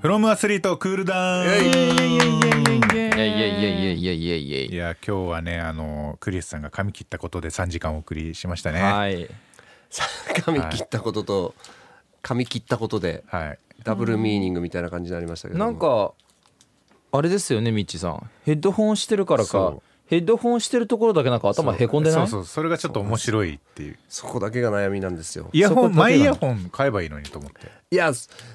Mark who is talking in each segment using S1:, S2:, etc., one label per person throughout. S1: フロムアスリートクールダウン。
S2: いやいやいやいやいやいやいやい
S1: いや今日はねあのクリスさんが髪切ったことで3時間お送りしましたね。
S2: や
S1: は
S2: はい
S3: 髪切ったことと髪切ったことで
S1: い。
S3: ダブルミーニングみたいな感じになりましたけども
S2: なんかあれですよねみっちさんヘッドホンしてるから
S1: そ
S2: か
S1: う
S2: ヘッドホンしてるところだけなんか頭へこんでない
S1: そうそうそれがちょっと面白いっていう。
S3: そこだけが悩みなんですよ
S1: イヤホン
S2: そこだけなの
S1: マイイヤホン買えばいいのにと思って。
S3: いや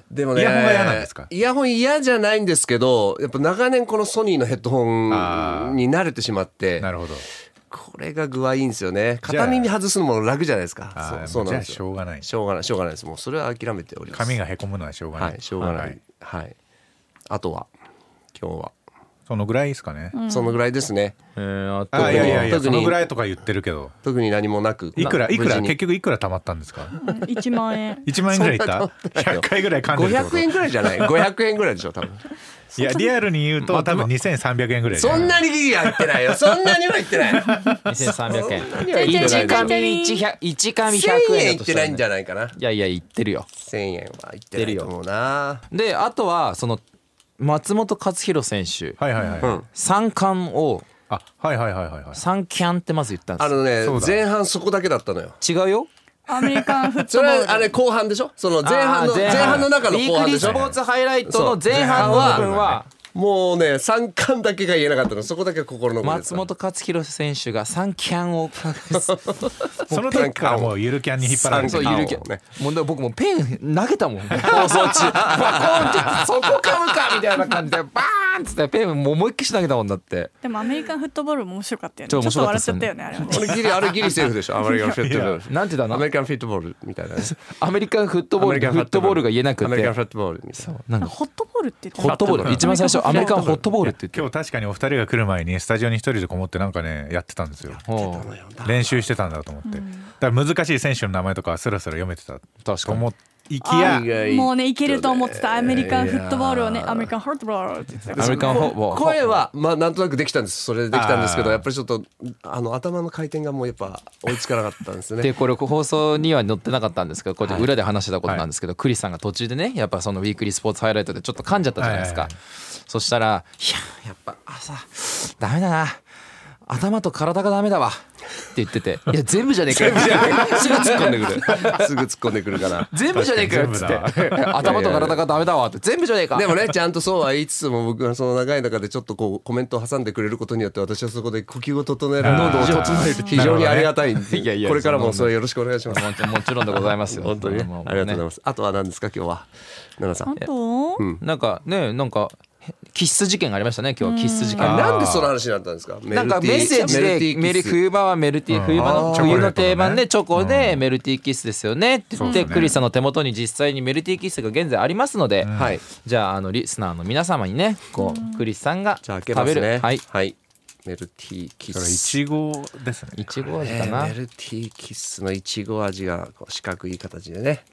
S3: でもね
S1: イヤホンが嫌なんですか
S3: イヤホン嫌じゃないんですけどやっぱ長年このソニーのヘッドホ
S1: あー
S3: ンに慣れてしまって
S1: なるほど。
S3: これが具合いいんですよね
S1: じゃあ
S3: 片耳外すのも楽じゃないです
S1: あ
S3: か
S1: ー
S3: そうそうな
S1: じゃ
S3: んで
S1: あ
S3: す
S1: しょ
S3: よ
S1: うがない。
S3: しょうがないしょうがないですもうそれは諦めております
S1: 髪がへこむのはしょうがない。
S3: はいしょうがな
S1: はい
S3: はいあとは今日は
S1: そのぐらいですかね。
S3: そのぐらいですね
S2: えーあと
S1: あーいやいやいや
S3: 特
S1: そ
S3: に
S1: のぐらいとか言ってるけど。
S3: 特に何もなく
S1: いくらいくら
S3: 無事に
S1: 結局いくら貯まったんですか。
S4: 1万円
S1: 1万円ぐ らいいった
S3: そんなことないよ
S1: ?100 回ぐらい噛んでるってこと
S3: 500円ぐらいじゃない500円ぐらいでしょ多分
S1: いやリアルに言うと多分2300円ぐらいじゃ
S3: そ
S1: い
S3: んなにやってないよそんなには言ってない
S2: 2300円
S4: いやいや
S2: 一
S4: いや
S2: 紙
S4: いや
S2: 一百一紙
S3: 1000
S2: 100円
S3: 円
S2: だ
S3: いっ
S2: と
S3: て
S2: した
S3: な
S2: ら
S3: いん
S2: ね
S3: じゃないかない
S2: やいや言ってるよ
S3: 1000円はいってないと思うな
S2: であとはその松本克弘選手
S1: はいはいはい、
S3: うん
S2: 三冠を
S1: あはいはいはいはいはい
S2: 三キャンってまず言ったんで
S3: あのね
S1: そうだ
S3: 前半そこだけだったのよ
S2: すよ違うよ
S4: アメリカンフ ット
S3: そ
S4: ボ
S3: れ
S4: ール
S3: はあれ後半でしょその前半の
S2: あー
S3: 前半の中の
S2: ウィ
S3: 後
S2: ーク
S3: 半
S2: リ
S3: で
S2: ー
S3: し
S2: ス
S3: ょ
S2: ポーツハイライトの前半
S3: そう
S2: の部分は
S3: もうね三冠だけが言えなかったのそこだけが心の声です
S2: 松本克弘選手が三キャン を
S1: その時からもうゆるキャンに引っ張られて
S2: そう
S3: 三
S2: ゆ
S3: 冠
S2: るキャンもうでも僕もうペン投げたもん 放送中バコーンってそこかむかみたいな感じでバーンっつってペンもう思いっきし投げたもんだって
S4: でもアメリカンフットボールも面白かったよね
S2: ち
S4: ち
S2: ょ
S4: ょ
S2: っ
S4: っ
S2: と面
S4: と
S2: 白かった
S4: 笑
S2: っ
S4: っ
S2: すよね
S4: ちゃった よねあれ
S3: あれギリあれギリセーフでしょアメリカンフットボール
S2: なんてだな
S3: アメリカンフットボールみたいなね
S2: アメリカンフットボールフットボールが言えなく
S3: アメリカン
S2: て
S3: フットボールみたいな
S2: なんか
S4: ホットボールって言って
S2: ホットボール一番最初アメリカンホットボールって言
S1: 今
S2: っ
S1: 日確かにお二人が来る前にスタジオに一人でこもってなんかねやってたんですよ
S2: ておう
S1: 練習してたんだと思って、だから難しい選手の名前とかはスラスラ読めてた
S2: 確
S1: と
S2: かに
S1: 思いきや
S3: 意外と
S4: もうねいけると思ってたアメリカンフットボールをねアメリカンホットボールって言ってたか
S2: アメリカンホットボール
S3: 声は まあなんとなくできたんですそれでできたんですけ
S1: あ
S3: ど
S1: ー
S3: やっぱりちょっとあの頭の回転がもうやっぱ追いつかなかったんですね
S2: でこれ放送には載ってなかったんですけどこうやって裏で話してたことなんですけど、クリスさんが途中でねやっぱそのウィークリースポーツハイライトでちょっと噛んじゃったじゃないですか、
S1: はいは
S2: そしたら「いややっぱ朝ダメだな頭と体がダメだわ」って言ってて「いや全部じゃねえかよ」
S3: すぐ突っ込んでくる すぐ突っ込んでくるから
S2: 全部じゃねえかよ」っつって「頭と体がダメだわ」って「全部じゃねえか」
S3: でもねちゃんとそうは言いつつも僕はその長い中でちょっとこうコメントを挟んでくれることによって私はそこで呼吸を整える
S1: あー
S3: 濃度を整える非常にありがたいん
S2: いやい
S3: で
S2: や
S3: これからもそれよろしくお願いします
S2: もちもちろんでございますよ
S3: 本当にね
S2: もうもう
S3: ありがとうございますあとは何ですか今日は奈々さん
S4: らあと
S2: なんかねなんかキッス事件がありましたね今日キッス事件
S3: あなんでその話になったんですかメ
S2: なんかメッセージでメル
S3: ルティーキス
S2: 冬場はメルティー冬場の
S1: あー
S2: 冬の定番で
S1: チ
S2: チョコでメルティーキッスですよねって言っ
S1: そう
S2: て
S1: ですね
S2: クリスさんの手元に実際にメルティーキッスが現在ありますので
S3: はい
S2: じゃああのリスナーの皆様にねこうクリスさんが
S3: じゃあ開
S2: 食
S3: けます
S2: べ
S3: ね
S2: るはい
S3: はいメルティーキ
S1: それい
S3: ス
S1: ちごですね
S2: いちご味
S3: ね
S2: かな
S3: メルティーキッスのいちご味がこう四角い形でね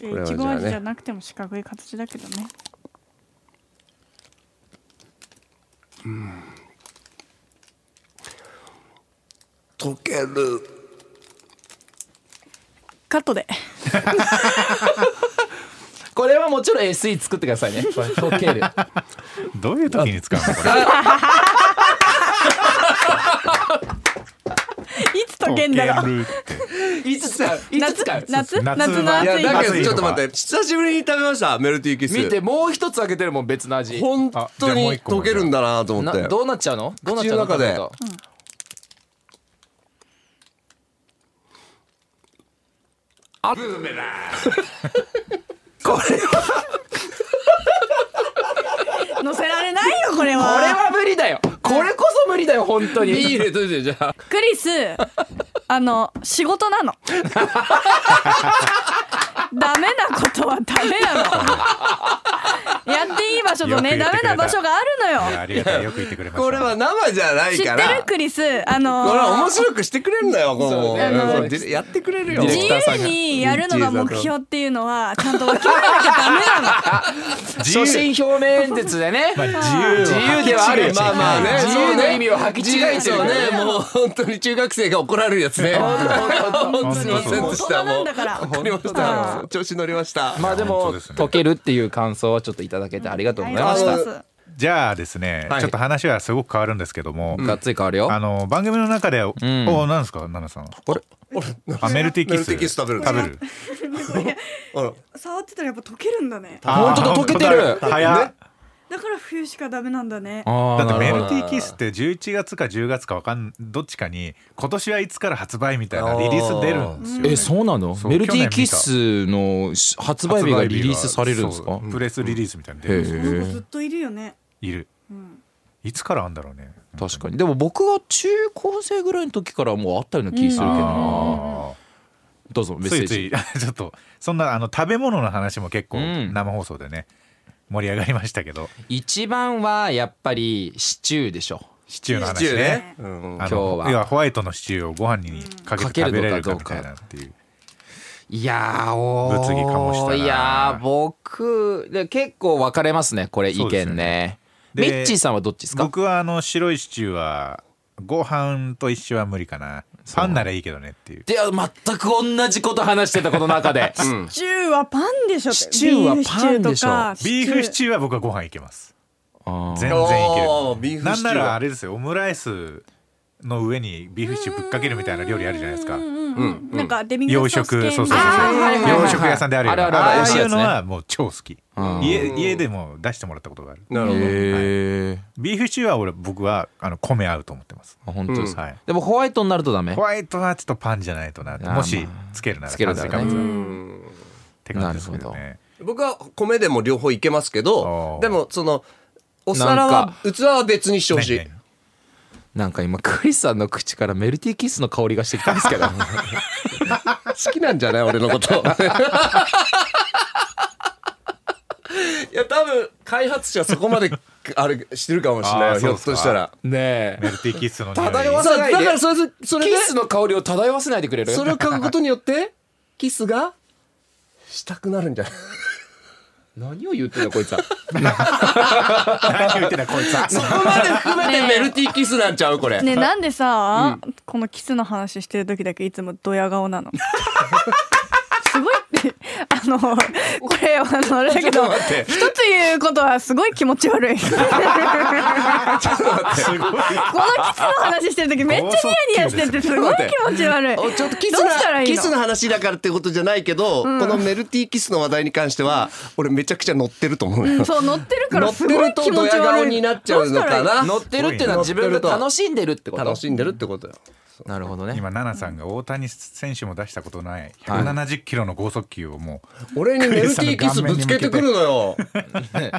S3: これ
S4: い
S3: はじゃ
S4: ち
S3: あね
S4: ご味じゃなくても四角い形だけどね
S3: 溶ける
S4: カットで
S2: これはもちろん SE 作ってく ださいね溶ける
S1: どういう時に使うのこれ
S4: いつ溶けんだろう
S1: 溶けるって
S2: いつ使う いつ
S4: 夏
S2: 使う
S4: 夏夏
S1: 夏
S4: の
S1: い
S3: い
S4: 暑
S3: や
S4: い
S3: だけ
S1: まず
S3: ど
S1: い
S3: ち
S1: のか
S3: ょっと待って久しぶりに食べましたメルティーキッス
S2: 見てもう一つ開けてるもん別の味
S3: 本当
S1: あじゃあもう
S3: に
S1: 一個も
S3: 溶けるんだなと思
S2: な
S3: って
S2: どうなっちゃうのどうなっちゃうの
S3: 口の中で
S2: 食べると
S3: これは
S4: 乗せられないよこれ
S2: これ
S4: は
S2: は無理だよこれこそ無理だよ本当に
S3: 入れといてじゃあ
S4: クリスあの仕事なの ダメなことはダメなのやっていい場所とね
S1: よく
S4: ダ
S1: 言ってく
S4: メ
S1: れた
S4: な場所がある
S1: い
S4: の
S1: や
S4: よ
S1: ありがたいよく言ってくれました
S3: これは生じゃない
S4: 知って
S3: か
S4: る
S3: ら
S4: クリスあのー
S3: これは面白くしてくれるんだよこの
S2: そうね
S3: そうでやってくれるよ
S2: ディ
S4: 自
S2: レクターさん
S4: 由
S2: が
S4: にやるのが目標っていうのはちゃんと決めなきゃダメなの
S1: 自
S2: 所
S1: 由
S2: 信表明演説で ね
S1: 自
S2: 自
S1: 由
S2: 由ではあるよ
S3: まあまあね
S2: 自由の意味を履き違えてる
S3: そう
S2: から
S3: ねもう本当に中学生が怒られるやつね本当すい ませんでしたも
S4: 大人な
S3: うん
S4: だから
S3: わかりまし
S4: う
S3: た
S4: ん
S3: 調子乗りました
S2: まあで
S1: 本当
S2: も
S1: ですね
S2: 解けるっていう感想はちょっといただけてありがとうございまし
S4: あ
S2: た
S4: りがとうござい
S1: じゃあですね、
S3: はい
S1: ちょっと話はすごく変わるんですけども、
S2: がっつり変わるよ
S1: あの番組の中で、おおなんですか奈々さん
S3: あれ
S1: あメルティーキス
S3: メルティーキス食べる
S1: 食べる
S3: あら
S4: ます 触ってたらやっぱ溶けるんだね
S1: あー
S2: 本当だ溶けてる
S1: 本当だ早っ
S4: だから冬しかダメなんだね
S1: だってメル
S2: ー
S1: ティーキスって11月か10月かわかんどっちかに今年はいつから発売みたいなリリース出るんですよ、
S2: えそうなの
S1: そう
S2: メルティーキッスの発売日がリリースされるんですか
S1: そうプレスリリースみたいなの出
S2: へ
S1: るんですよ
S4: なんか
S2: え
S4: ずっといるよね
S1: いる、いつからあんだろうね
S2: 確かにでも僕が中高生ぐらいの時からもうあったような気するけどな
S1: あ
S2: どうぞ
S1: ー
S2: メ
S1: つ
S2: ッセ
S1: い
S2: ー
S1: つ
S2: ジ
S1: い ちょっとそんなあの食べ物の話も結構
S2: うん
S1: 生放送でね盛り上がりましたけど
S2: 一番はやっぱりシチューでしょ
S1: シチューの
S3: シ
S1: 話
S3: チュー
S1: ね
S3: ねうん
S1: あの
S2: 今日はい
S1: やホワイトのシチューをご飯にかけ
S2: か
S1: て
S2: ける
S1: 食べ
S2: のか
S1: れるか
S2: どう
S1: み
S2: か
S1: たいなっていう
S2: いやーおー
S1: 物議かもしたない
S2: やー僕で結構分かれますねこれ意
S1: そうですよ
S2: 見ね
S1: で
S2: ミッチーさんはどっちですか
S1: 僕はあの白いシチューはご飯と一緒は無理かなパンならいいけどねっていう
S2: で全く同じこと話してたこの中で、
S4: シチューはパンでしょ
S2: シチューはパンでしょ
S1: ビーフシ
S4: ュー
S1: チューは僕はご飯いけます
S2: あー
S1: 全然い
S3: おー
S1: け
S3: ビー
S1: る
S3: フシチューだ
S1: なんならあれですよオムライスの上にビーフシチューぶっかけるみたいな料理あるじゃないですか
S4: うんなんかデミグ
S1: 洋
S4: ラスソース系
S1: 食そうそうそう
S4: あー
S2: はいはいはいはい
S1: 洋食屋さんであるような
S2: あるあるある
S1: ああ
S2: 美味しい
S1: い
S2: や
S1: う
S2: つね
S1: のはもう超好き
S2: うん
S1: 家家でも出してもらったことがある
S3: なるほど
S2: へえ
S1: ビーフシチューは俺僕はあの米合うと思ってます
S2: 本当ですか、
S1: はい
S2: でもホワイトになるとダメ
S1: ホワイトはちょっとパンじゃないとな
S2: あー
S1: もし
S2: まあ
S1: つけるなら
S2: つける
S1: 炭
S2: な
S1: 水化
S2: らね
S1: 物っ
S3: うん
S1: て感じですけどね
S3: 僕は米でも両方いけますけ
S1: あー
S3: どでもそのお皿は器は別にしてほしい
S1: ねね
S2: なんか今クリスさんの口からメルティーキッスの香りがしてきたんですけ ど
S3: 好きなんじゃない俺のこと いや多分開発者そこまであれしてるかもしれない
S1: あー
S3: よひ
S1: そう
S3: ょ
S1: っ
S3: っ
S1: すか
S3: としたら
S2: ね
S1: メルティーキッスの匂い
S2: 漂わ
S3: そう
S2: な
S3: だ
S2: いで
S3: からそれそそ
S2: え
S3: れ
S2: キ
S3: で
S2: ッスの香りを漂わせないでくれる
S3: それを書くことによってキスがしたくなるんじゃない
S2: 何を言ってんのこいつは
S1: 何言ってんだこいつは
S3: そこまで含めてメルティーキスなんちゃうこれ
S4: ねなんでさ、このキスの話してる時だけいつもドヤ顔なのすごいってあのこれあのあれだけど一つ言うことはすごい気持ち悪いこのキスの話してる時めっちゃニヤニヤしててすごい気持ち悪い
S3: おちょっとキ
S4: どうした
S3: ス
S4: ら
S3: ない
S4: いの
S3: キスの話だからってことじゃないけど、このメルティーキスの話題に関しては俺めちゃくちゃ乗ってると思うよ、
S4: うんそう乗ってるから
S3: 乗っ
S4: す
S3: て
S4: ごい
S3: る
S4: 気
S3: と
S4: 持
S3: ド
S4: ち
S3: ヤ顔
S4: 悪い
S3: になっちゃうのかな
S2: 乗ってるっていうのは自分が楽しんでるってこと
S3: 楽しんでるってことよ
S2: なるほどね
S1: 今奈々さんが大谷選手も出したことない170キロの剛速球をも
S3: 俺にメルティーキスぶつけてくるのよ
S2: ね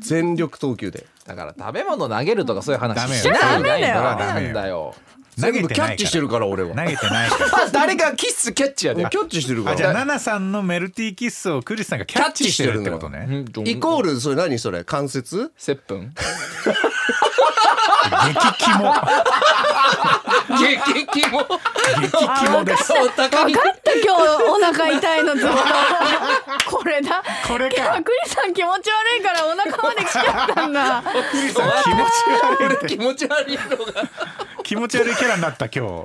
S3: 全力投球で
S2: だから食べ物投げるとかそういう
S1: ダメ
S2: 話
S1: よ
S2: しないんだよ
S1: ダメだよ
S2: ダメなんだよ
S1: う投げて
S3: 全部
S1: ない
S3: キャッチしてるから俺は
S1: 投げてないから
S2: あ誰がキッスキャッチやで
S3: キャッチしてるか
S1: あ
S3: ら
S1: じゃあ奈々さんのメルティーキッスをクリスさんがキャッチしてるってことね。
S3: イコールそれ何それ関節
S2: 接吻
S1: 激キモ
S3: 激キモ
S1: 激キモです。
S3: 高木
S4: 分かった今日お腹痛いのず っとこれだ
S1: これ
S4: 今
S1: か
S4: 日。クリさん気持ち悪いからお腹まで来ちゃったんだ
S1: クリスさん気持ち悪いって
S3: 気持ち悪いのが
S1: 気持ち悪いキャラになった今日。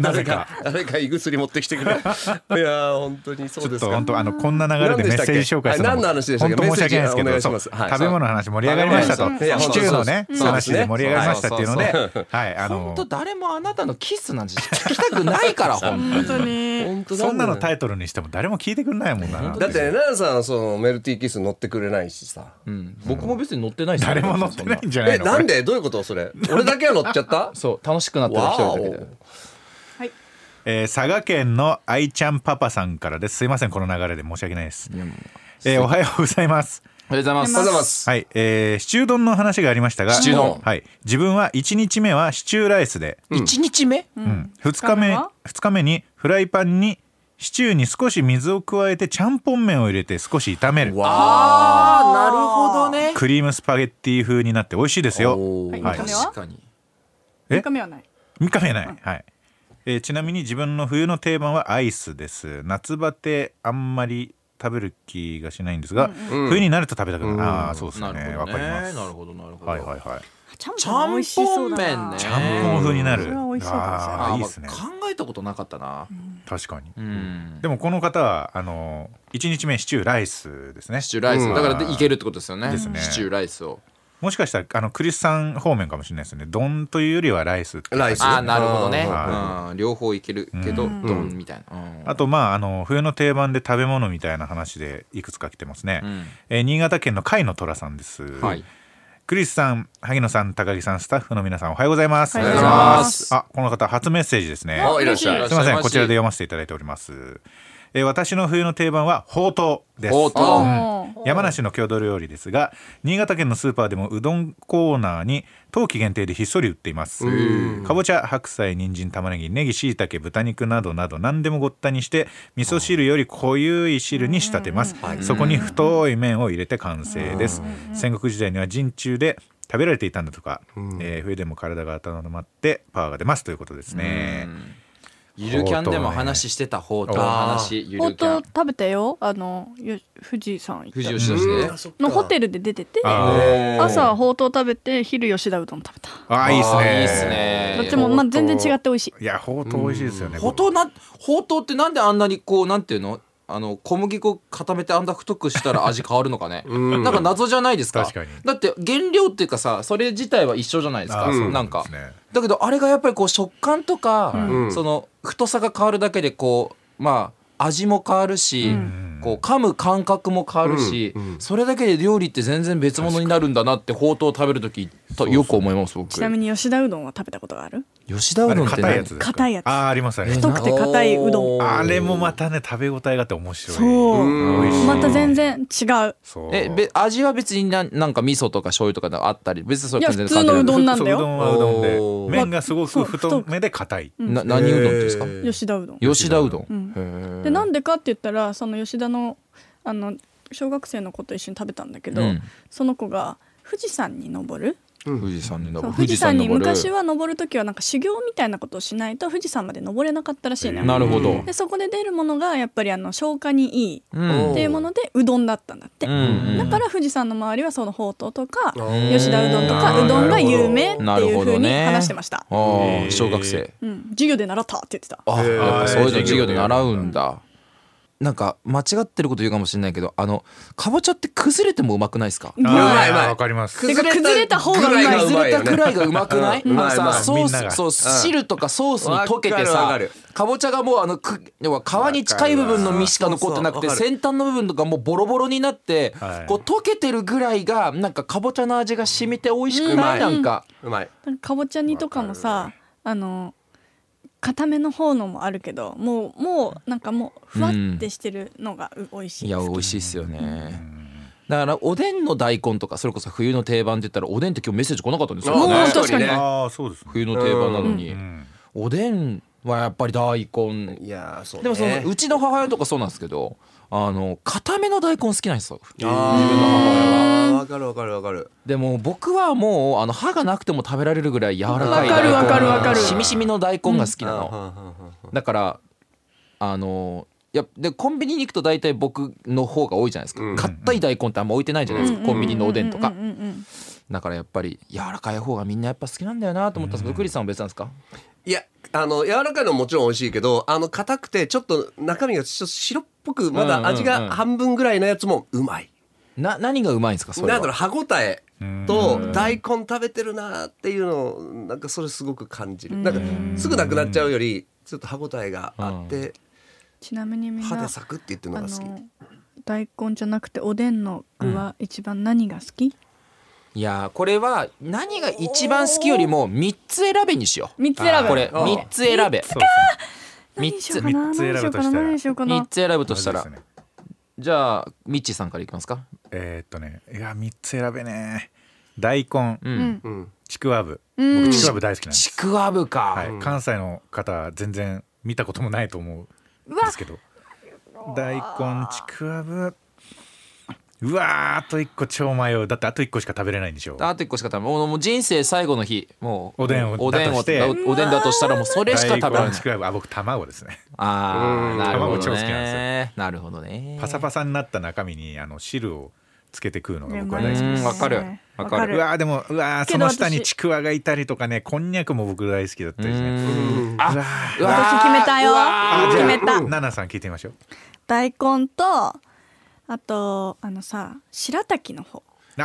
S1: なぜ
S3: 誰
S1: か
S3: か誰か胃薬持ってきてくれいやー本当にそう
S1: ちょ
S3: で
S1: っ
S3: す
S1: と
S3: か
S1: 本当あのこんな流れでメッセージ紹介する
S3: はい何の話でしたっけ
S1: 本当申し訳ないですけ
S3: メ
S1: ど
S3: ッセージお願いし
S1: そ
S3: ま
S1: う
S3: す
S1: 食
S3: はい
S1: べ物の話盛り上がりました
S3: そ
S1: と
S3: ういや
S1: シチューの
S2: そう
S1: ね
S2: そうそう
S1: 話で盛り上がりましたっていうので
S2: そうそうそう
S1: はいあ
S2: 本
S1: の
S2: 当誰もあなたのキスなんて聞きたくないからほん
S4: 本当に
S3: 本当だ
S1: そんなのタイトルにしても誰も聞いてくんないもんな。
S3: だってね奈々さんはそのメルティーキス乗ってくれないしさ
S2: 僕も別に乗ってないし
S1: 誰も乗ってないんじゃな
S3: え
S1: いの。
S3: なんでどういうことそれ俺だけは乗っちゃった
S2: そう楽しくなってる一
S3: わ
S2: 人
S3: お
S2: だけで
S4: はい
S1: えー佐賀県の愛ちゃんパパさんからです。すいませんこの流れで申し訳ないです。えーおはようございます。
S2: おはようございます
S3: おはようございます
S1: はい、えーシチュー丼の話がありましたが、
S2: シチュー丼
S1: はい、自分は1日目はシチューライスで、
S2: 一日目
S1: うん、2日目
S4: 二日目は
S1: 2日目にフライパンにシチューに少し水を加えてちゃんぽん麺を入れて少し炒める
S2: ああなるほどね
S1: クリームスパゲッティ風になって美味しいですよ
S3: おー
S4: はい
S2: 確かに
S1: え
S4: 三日目はない
S1: 三日目ない、はいえーちなみに自分の冬の定番はアイスです夏バテあんまり食べる気がしないんですが、冬になると食べたくなる、ああそうです
S2: な
S1: よ
S2: るほ
S1: ね
S2: ど
S1: わ、かります
S2: なるほどなるほど
S1: はいはいはい
S4: ちゃんぽん美味しそうだ
S2: ちゃんぽん麺
S4: な
S2: ね
S1: ちゃんぽん風になる、
S4: それは美味しそう
S1: あ
S4: かもしれない
S2: あ
S1: あ
S2: ー
S1: いい
S2: ま
S1: で
S2: あ
S1: すね
S2: 考えたことなかったな
S1: 確かに、
S2: うん
S1: でもこの方はあの1日目シチューライスですね
S2: シチューライス
S3: うん
S2: だからでいけるってことですよね
S1: ですね
S2: シチューライスを
S1: もしかしたらあのクリスさん方面かもしれないですね丼というよりはライスって
S3: ライス
S2: ああなるほどね
S1: は
S2: うん両方いけるけど
S4: うん
S2: ドンみたいなうん
S1: あとまああの冬の定番で食べ物みたいな話でいくつか来てますね、
S2: うん
S1: えー新潟県の甲斐の虎さんです、
S2: はい
S1: クリスさん萩野さん高木さんスタッフの皆さんおはようございます
S4: おは
S2: ようございます
S1: あこの方初メッセージですね
S3: あいらっしゃい
S2: 嬉し
S1: すいません
S2: らっしゃい
S1: こちらで読ませていただいております、えー私の冬の定番はほうとうです
S2: ほうとう
S1: うん
S4: おー
S1: 山梨の郷土料理ですが新潟県のスーパーでもうどんコーナーに冬季限定でひっそり売っていますかぼちゃ白菜人参玉ねぎネギ椎茸豚肉などなど何でもごったにして味噌汁より濃ゆい汁に仕立てますそこに太い麺を入れて完成です戦国時代には陣中で食べられていたんだとか、えー冬でも体が温まってパワーが出ますということですね
S2: ゆるキャンでも話してたほうとうの話ゆ
S4: ほ
S2: る
S4: ん
S2: キャ
S4: と
S2: ン
S4: 食べたよあのよ富士山行った
S2: 藤吉田して
S4: のホテルで出てて
S1: あー
S4: 朝ほうとう食べて昼吉田うどん食べた
S1: あーいいです
S2: あ
S1: ね
S2: ーいいっすね
S4: どっちもまあ全然違って美味しい
S1: いやほうとう美味しいですよね
S2: ほうとうなほうとうってなんであんなにこうなんていうのあの小麦粉固めてあんな太くしたら味変わるの かね、なんか謎じゃないですか
S1: 確かに
S2: だって原料っていうかさそれ自体は一緒じゃないですか、
S1: あーそう
S2: なんか
S1: ですね
S2: だけどあれがやっぱりこう食感とか、
S3: うん
S2: その太さが変わるだけでこうまあ味も変わるし、
S1: ん
S2: こう噛む感覚も変わるし、それだけで料理って全然別物になるんだなってほうとうを食べる時とよく思います僕
S4: ちなみに吉田うどんは食べたことがある
S2: 吉田う
S1: あれ
S2: どんって
S1: 硬い
S2: ね
S1: やつですか
S4: 硬いやつ
S1: あーありますあります
S4: 太くて硬いうどん
S2: おー
S1: あれもまたね食べ応えがあって面白い
S4: そう
S1: 美味しい
S4: また全然違う
S1: そう
S2: えべ味は別にななんか味噌とか醤油とかがあったり別にそれ
S4: いや
S2: 全然
S4: 普通のうどんなんだよ
S1: そううどんはうど
S2: お
S1: ん
S2: ー
S1: で麺がすご
S4: そ
S1: く
S4: う
S1: 太めで硬い
S2: な何うどんっていうんですか、
S4: 吉田うどん
S2: 吉田うどん、
S4: でなんでかって言ったらその吉田のあの小学生の子と一緒に食べたんだけど、
S2: うん
S4: その子が富士山に登る
S2: 富士山に
S4: そう
S2: 登る
S4: 富士山に
S2: 登る
S4: 昔は登る時はなんか修行みたいなことをしないと富士山まで登れなかったらしいのよ
S2: なるほど
S4: でそこで出るものがやっぱりあの消化にいい
S2: うん
S4: っていうものでうどんだったんだって、
S2: うんうん
S4: だから富士山の周りはそのほうとうとか吉田うどんとかうどんが有名って
S2: なる
S4: いう
S2: ほ
S4: ふ
S2: ど
S4: うに
S2: ね
S4: 話してました、
S2: あー小学生
S4: うん、授業で習ったって言ってた
S2: あ、
S3: ー
S2: やっぱそういうの授業で習うんだ。なんか間違ってること言うかもしれないけど、あのかぼちゃって崩れてもうまくないですか。
S1: あ
S4: う
S1: ー
S4: ま
S3: いうまい
S1: わかります
S4: てか崩れた方がうまい
S2: 崩れたくらいがう
S3: う
S2: まくない？
S3: うん
S2: あの
S3: うま
S2: さ
S3: い
S2: ソ
S1: みんな
S2: ー
S1: が
S2: ス、そう汁とかソースに溶けて
S3: わ
S2: さ
S3: かるわか、
S2: かぼちゃがもうあのく要は皮に近い部分の身しか残ってなくて、
S3: わかる
S2: 先端の部分とかもうボロボロになって
S1: はい、
S2: こう溶けてるぐらいがなんかかぼちゃの味が染みて美味しく
S3: う
S2: な
S3: ま
S2: い
S3: い
S2: なんか。
S3: うまい
S4: なんかかぼちゃ煮とかも
S3: わ
S4: さあの固めの方のもあるけどもうもうなんかもうふわってしてるのがう美味しい
S2: いや美味しいっすよね。だからおでんの大根とかそれこそ冬の定番って言ったらおでんって今日メッセージ来なかったんですよ。
S4: おー
S3: ね
S4: 確かに
S1: ああそうですね
S2: 冬の定番なのに、
S1: うん
S2: おでんはやっぱり大根
S3: いやーそう
S2: でもその
S3: う
S2: うちの母親とかそうなんですけどあの固めの大根好きなんですよ
S3: あーわかるわかるわかる
S2: でも僕はもうあの歯がなくても食べられるぐらい柔らかい
S4: わかるわかる
S2: 大
S4: わ
S2: 根
S4: かる
S2: しみしみの大根が好きな
S3: あ
S2: の、
S3: はんはんはんはん
S2: だからあのいやでコンビニに行くと大体僕の方が多いじゃないですか
S3: うん
S2: 硬、い大根ってあんま置いてないじゃないですか、コンビニのおでんとか、
S4: うんうんうん
S2: だからやっぱり柔らかい方がみんなやっぱ好きなんだよなと思ったんですけど、クリスさんは別なんですか
S3: いやあの柔らかいのももちろん美味しいけどあの硬くてちょっと中身がちょっと白っぽくま
S2: うんうん
S3: だ
S2: うん
S3: 味が半分ぐらいのやつもうまい、
S2: な何がうまいんですかそれ
S3: な
S2: は
S3: んだろう歯ごたえと大根食べてるなーっていうのをなんかそれすごく感じるなんかすぐなくなっちゃうよりちょっと歯ごたえがあって
S4: ちなみにみんな
S3: 歯でサクって言ってる
S4: あ
S3: のが好き
S4: の大根じゃなくておでんの具は一番何が好き、
S2: いやーこれは何が一番好きよりも3つ選べにしよう
S4: 三つ選べ
S2: これ3つ選べ
S1: そうです
S4: 何にしよう
S2: 3
S4: かな
S1: 三つ
S4: 何にしようかな何にしようかな
S2: つ選ぶとした
S1: ね
S2: ら
S1: そうですね
S2: じゃあミッチーさんからいきますか
S1: えーっとねいや三つ選べね大根
S2: うん
S3: うん
S1: ちくわぶ
S4: うん
S1: 僕ちくわぶ大好きなんです
S2: ちくわぶか
S1: はい関西の方は全然見たこともないと思うですけど大根ちくわぶうわーあと一個超迷うだってあと一個しか食べれないんでしょ
S2: あと一個しか食べないもうもう人生最後の日もう
S1: おでんを
S2: おでん
S1: だとして
S2: おおでんだとしたらもうそれしか食べられ
S1: 大
S2: な
S1: 根
S2: い
S1: ちくわぶあ僕卵ですね
S2: ああなるほ
S1: 卵超好
S2: ど
S1: きなん
S2: ねなるほどね
S1: パサパサになった中身にあの汁をつけて食うのが僕は大好き
S2: ね
S1: です
S2: うんわかるわか
S1: う
S2: る
S1: わーでもうわー
S4: け
S1: そ
S4: ど
S1: の
S4: 私
S1: 下にちくわがいたりとかねこんにゃくも僕大好きだったりし
S2: う
S1: ね
S2: んあうわー
S4: 私決めたよ
S2: うわ
S1: あじゃあ
S4: 決めた
S1: ナナさん聞いてみましょう
S4: 大根とあとあのさ白滝の方
S1: あ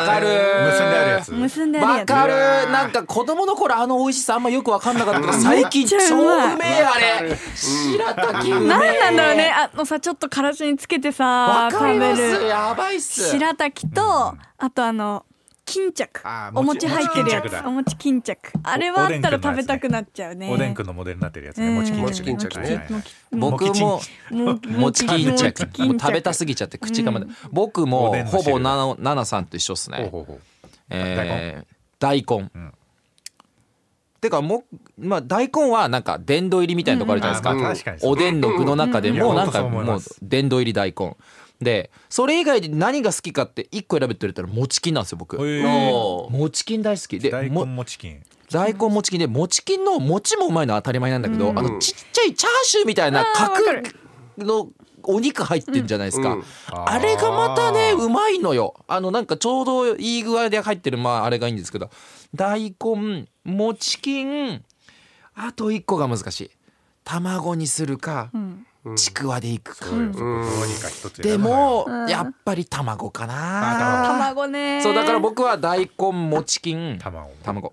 S2: わかるー
S1: 結んであるやつ
S4: 結んである
S2: わ
S4: やつ
S2: かるなんか子供の頃あの美味しさあんまよくわかんなかったから最近
S4: めっちゃ
S2: 超
S4: うまいう
S2: めえあれ白滝うめえ
S4: 何なんだろうねあのさちょっとからしにつけてさ
S2: わかりま
S4: 食べ
S2: す
S4: る
S2: やばいっす
S4: 白滝とあとあの巾着
S1: あー
S4: お餅
S1: 餅
S4: 入ってるや
S1: お餅巾着
S4: つ
S1: だ
S4: お餅巾着あれはあったら食べたくなっちゃうね
S1: おでんくんのモデルになってるやつね
S4: うん
S1: 餅巾
S3: 餅巾着
S1: 着
S3: ね
S1: はいはいはい
S2: 僕も
S4: もう
S2: 餅巾
S4: 餅
S2: 着もう食べたすぎちゃって口がまだ僕
S1: お
S2: も
S1: でんの
S2: ほ
S1: 汁
S2: ぼなのナナさんと一緒っす
S1: ほう
S2: ね
S1: ほうほう
S2: えー大根
S1: ん
S2: てかもうまあ大根はなんか殿堂入りみたいなとこあるじゃないですか
S1: うんうんあーまあ確かにそう
S2: おでんの具の中で
S1: うんうん
S2: もうなん
S1: いや
S2: か
S1: 本当そう思い
S2: も
S1: ま
S2: う
S1: す
S2: 殿堂入り大根でそれ以外で何が好きかって一個選べって言われたら餅金なんですよ僕
S1: へ
S3: ー
S2: 餅金大好きで
S1: 大根
S2: も
S1: 餅巾
S2: 大根餅金で餅金の餅もうまいのは当たり前なんだけど、
S4: うん
S2: あのちっちゃいチャーシューみたいな
S4: あーわか
S2: 角
S4: る
S2: のお肉入ってるじゃないですか、
S3: うんうん
S2: あれがまたね
S1: あー
S2: うまいのよあのなんかちょうどいい具合で入ってるまああれがいいんですけど大根餅金あと一個が難しい卵にするか、
S4: うん
S2: ちくわでいくか、
S1: そこどうにか一つ選
S2: で
S1: ばない
S2: も、
S4: うん
S2: やっぱり卵
S1: あ
S2: かな
S4: 卵ね
S2: そうだから僕は大根餅金
S1: 卵
S2: 卵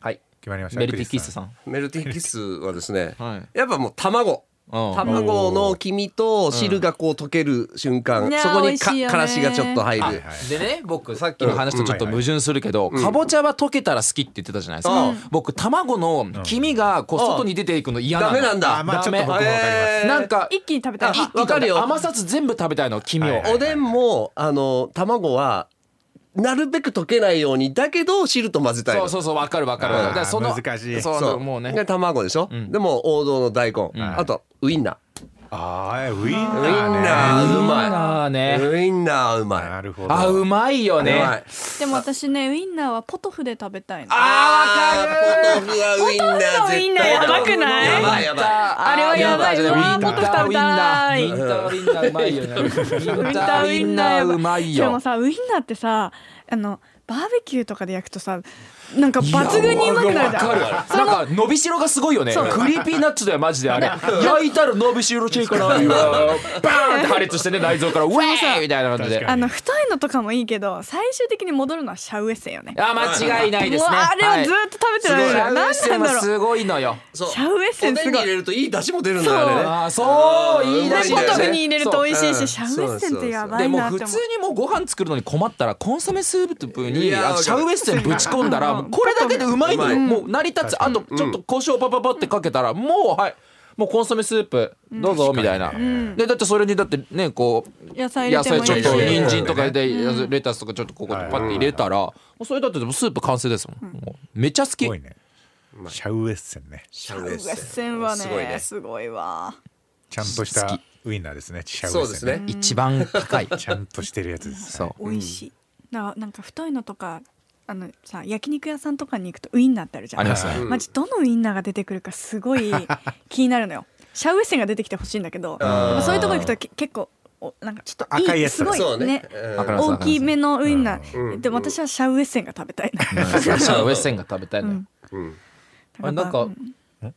S2: はい
S1: 決まりました
S2: メルティキッスさん
S3: メルティーキスはですね
S2: はい
S3: やっぱもう卵
S2: うん
S3: 卵の黄身と汁がこう溶ける瞬間、
S4: うん
S3: そこ
S4: いや美
S3: に
S4: 味
S3: か
S4: しいよね
S3: からしがちょっと入る、
S1: はいはい
S2: でね僕さっきの話とちょっと
S1: うん
S2: 矛盾するけど、かぼちゃは溶けたら好きって言ってたじゃないですか、
S3: うん
S2: 僕卵の黄身がこう外に出ていくの嫌な
S3: ダ
S2: の、
S3: メなんだ
S1: あまあちょっと僕もわかり
S3: ダメ
S2: なんか
S4: 一気に食べたい
S3: あ
S2: 一気に
S3: わかるよ
S2: 甘さず全部食べたいの黄身を、
S1: はいはい
S3: おでんもあの卵はなるべく溶けないようにだけど汁と混ぜたい
S2: そ
S3: の
S2: うそうそうわかるわかるわかる
S1: あー
S2: だらその
S1: 難しい
S2: そう
S3: そ
S2: もうね
S3: で卵でしょ、
S2: ん
S3: でも王道の大根、あとウインナ
S1: あーウインナー
S3: ーウイン
S1: ね
S3: ナーうま
S2: ま
S3: い、
S2: いね
S3: ウインナーうま
S1: ないるほど
S2: あうまいよね
S3: うまい
S4: でも私ねウインナーはポトフで食べたいの
S2: あーわかる
S3: ポトフはウインナー絶対
S4: ポトフのウインナーやばくない
S3: やばいやばい
S2: あ
S4: あれはやばい
S2: ウィンター
S4: うわーポテト食べたい
S2: ウィンターウィンナーうまいよね。ウィ
S4: ウ
S2: ン
S4: イン
S2: タ
S4: ナ
S2: ー
S4: ー
S2: ウ
S4: ウ
S2: ィ
S4: イ
S2: ン
S4: ン
S2: ナ
S4: ナ
S2: ー
S4: ー
S2: うまい
S4: しか
S2: よ
S4: も。さウインナーってさあのバーベキューとかで焼くとさなんか抜群にうまくなるじ
S2: わ
S4: ゃん
S2: かるなんか伸びしろがすごいよね
S4: そう
S2: クリーピーナッツだよマジで あれ焼いたら伸びしろチェイクなバーンって破裂してね内臓からウェーイみたいな感じで
S1: 確か
S4: あの太いのとかもいいけど最終的に戻るのはシャウエッセンよね
S2: あ間違いないですね
S4: もうあれはずっと食べてられるよ
S2: はい
S4: なんなんだろう
S2: すごいのよ
S3: そう
S4: シャウエッセンすごい
S3: おでんに入れるといい出汁も出るんだよあれね
S2: あーそういい
S4: で
S2: だ
S3: マ
S2: し
S3: ジ
S4: ポ
S3: で
S4: ト
S2: だ
S4: フ
S2: よ
S4: に
S2: ね
S4: 入れると美味しい
S3: そう
S4: しシャウエッセンってやば
S2: で
S4: い
S2: も
S4: なっ
S2: 普
S4: て思
S2: 通
S4: う
S2: にもうご飯作るのに困ったらコンソメスープ
S3: い
S2: に
S3: や
S2: あシャウエッセンぶち込んだら
S4: うん
S2: これだけでうまいうの
S3: まい
S2: もう成り立つあとちょっと胡椒パパパってかけたらもうはいもうコンソメスープどうぞみたいな。でだってそれにだってねこう
S4: 野菜入
S2: 野
S4: れてもい
S2: 菜
S4: い
S2: ちょっと
S4: し
S1: 入れてもい
S2: 人
S1: いし
S2: 参とかでレタスとかちょっとここでパッて入れたらもうそれだってもうスープ完成ですもん。もうめちゃ好き
S1: すごいねシャウエッセンね
S3: シャ
S4: シャ
S3: ウ
S4: ウ
S3: エ
S4: エ
S3: ッ
S4: ッ
S3: セ
S4: セ
S3: ン
S4: ンはね
S3: す
S4: す
S3: ご
S4: ご
S3: い
S4: い
S3: ね
S4: わ
S1: ちゃんとしたウインナーですねシャウエ
S3: そ
S1: ッ
S3: うです
S1: センね
S3: ね
S2: 一番高い。
S1: ちゃんとしてるやつです
S2: そう
S1: ね
S4: 美味しいななんか太いのとかあのさ焼肉屋さんとかに行くとウインナーってあるじゃん
S2: ありますね
S3: うん
S4: マジどのウインナーが出てくるかす ごい気になるのよシャウエッセンが出てきてほしいんだけどまあそういうとこ行くとけ結構おなんかちょっと
S1: 赤いやつ
S4: すご
S3: そう
S4: い
S3: ね
S4: ね
S3: うん
S2: わかります
S4: 大きめのウインナ
S3: うんう
S4: ー
S3: ん
S4: でも私はシャウエッセンが食べたいな
S2: うんシャウエッセンが食べたいのよ。
S3: うん
S2: あ なん
S4: や
S2: か
S4: っぱ、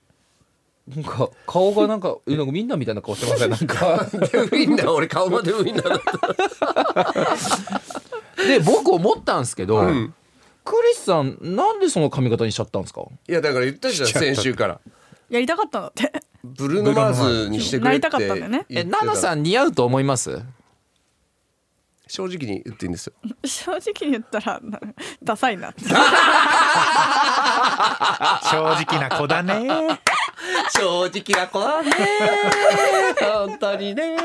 S2: なんか顔がなんか、 えなんかみんなみたいな顔してません、なんか。
S3: で ウインナー俺顔までウインナーだった
S2: で、僕思ったんですけど、
S3: ん
S2: クリスさん、なんでその髪型にしちゃったんですか。
S3: いやだから言ったじゃん
S1: しちゃった
S3: 先週から
S4: やりたかったのって
S3: ブルーノマーズにしてくれって
S4: なりたかったんだよね
S2: え、ナナさ
S3: ん
S2: ん似合うと思います。
S3: 正直に言っていいんですよ。
S4: 正直に言ったらなダサいなって
S1: 正直な子だね
S3: 正直な子だね。 本当にね。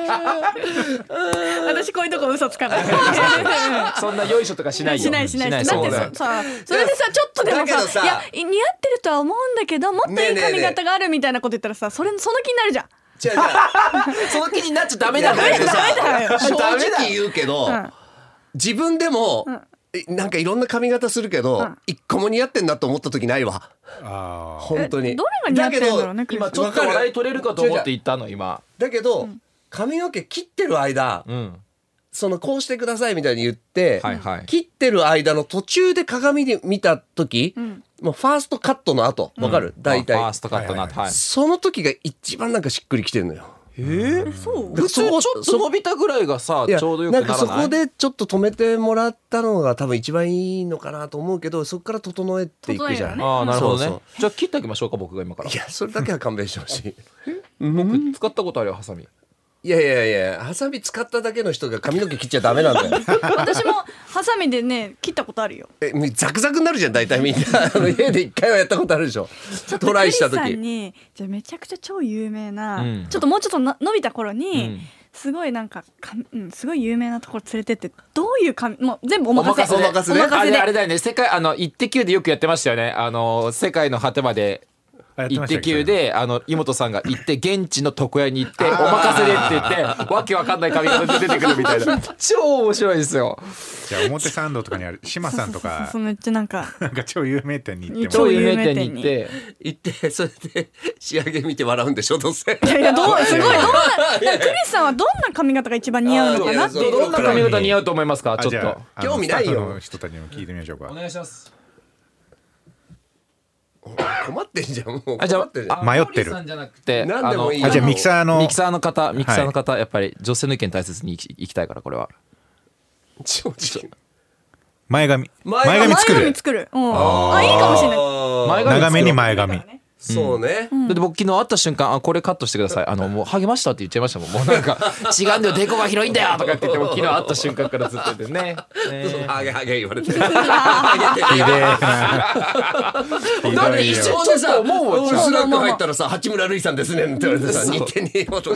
S4: 私こういうとこ嘘つかない
S2: そんなよいしょとかしないよ
S4: しないしないだって
S2: そ
S4: そう
S2: だよ
S4: さそれでさちょっとでも
S3: だけど
S4: さ
S3: さ
S4: いや似合ってるとは思うんだけどもっといい
S3: ねえねえね
S4: 髪
S3: え
S4: 型があるみたいなこと言ったらさそれその気になるじゃん
S3: 違う違う。
S2: その気になっちゃダメなんだ
S3: いや
S2: よ
S3: だけどさ
S4: ダメだよ
S3: 正直言うけど、
S4: ん
S3: 自分でも、えなんかいろんな髪型するけど、
S4: うん
S3: 一個も似合ってんなと思った時ないわ
S1: あー
S3: 本当に
S4: えどれが似合ってるんだろうね
S3: けど
S4: 今
S2: ちょっと笑い取れるかと思って言ったの今
S3: だけど、髪の毛切ってる間、
S2: うん
S3: そのこうしてくださいみたいに言って、
S2: はいはい
S3: 切ってる間の途中で鏡で見た時、
S4: ん
S3: もうファーストカットの後わかる、大体
S2: あファーストカットなはい
S3: その時が一番なんかしっくりきてるのよ
S2: え
S4: そう
S2: 普通ちょっと伸びたぐらいがさ
S3: いや
S2: ちょうどよくなら
S3: んかそ
S2: な
S3: こ
S2: い
S3: でちょっと止めてもらったのが多分一番いいのかなと思うけどそこから整えていくじゃん、
S4: 整えるよね
S2: ああなるほど
S3: そう
S2: ね
S3: そ
S2: じゃあ切ってあげましょうか僕が今から
S3: いやそれだけは勘弁してほしい
S2: 僕使ったことあるよハサミ
S3: いやいやいやハサミ使っただけの人が髪の毛切っちゃダメなんだよ
S4: 私もハサミでね切ったことあるよ
S3: えザクザクになるじゃん大体みんなあ の家で一回はやったことあるでしょトライした
S4: クリスさ
S3: 時
S4: んにじゃあめちゃくちゃ超有名な、
S2: うん
S4: ちょっともうちょっとな伸びた頃に、
S2: うん
S4: すごいなんかか、うん、すごい有名なところ連れてってどういう髪もう全部お任せ
S3: お任せで
S4: お
S2: あ
S4: 任せ
S2: れ
S4: で
S2: あれだよね世界あの「イッテ Q!」でよくやってましたよねあの世界の果てまで
S1: あやっ
S2: 「イ
S1: てま
S2: ッ
S1: したっ
S2: テ
S1: け
S2: Q!」であの井本さんが行って現地の床屋に行って「お任せで」って言ってわけわかんない髪型で出てくるみたいな 超面白いですよ
S1: じゃあ表参道とかにある島さんと
S4: そうそうそう
S1: か
S4: そうめっちゃなんか
S1: なんか超有名店に行っても
S2: 超有名店に行って
S3: 行ってそれで仕上げ見て笑うんでしょどうせ
S4: いやいやどうすごいどんなだからクリスさんはどんな髪型が一番似合うのかなって
S3: いやいや
S4: い
S2: ど
S4: うん
S2: な髪型似合うと思いますか
S1: あ
S2: ちょ
S1: じ
S2: っ
S1: ゃ
S2: と
S1: ああの
S3: 興味ないよ
S1: スタッフの人たちにも聞いてみましょうか
S2: 願いします
S3: 困ってんじゃんもう
S2: あじゃ
S3: 困っ
S2: あ
S3: てるじゃん
S1: 迷ってる
S2: あ森さんじゃなくて
S3: 何でもいいよ
S2: あ
S1: あ
S2: の
S1: じゃあミキサーの
S2: ミキサーの方ミキサーの方、やっぱり女性の意見大切にいきいきたいからこれは
S3: 正直
S1: 前髪
S3: 前
S1: 前
S3: 髪
S1: 髪作
S4: 前
S1: る
S4: 髪作る、うん、あいいかもしれない
S3: あー
S2: 前髪
S1: 長めに前髪
S3: そうね、
S2: だって僕昨日会った瞬間「あこれカットしてください」あの「もう励ました」って言っちゃいましたもんもうなんか「違うんだよデコが広いんだよ」とかって言ってもう昨日会った瞬間からずっと言ってねね
S3: ハゲハゲ言われて。ハゲてる
S1: ひでえなひ
S2: だっ
S1: ど
S2: て
S1: いよ
S2: 一緒ちょっと思うわ
S3: 俺スラック入ったらさ、八村塁さんですねって言われてさ、
S2: そう
S3: 似てねえよと。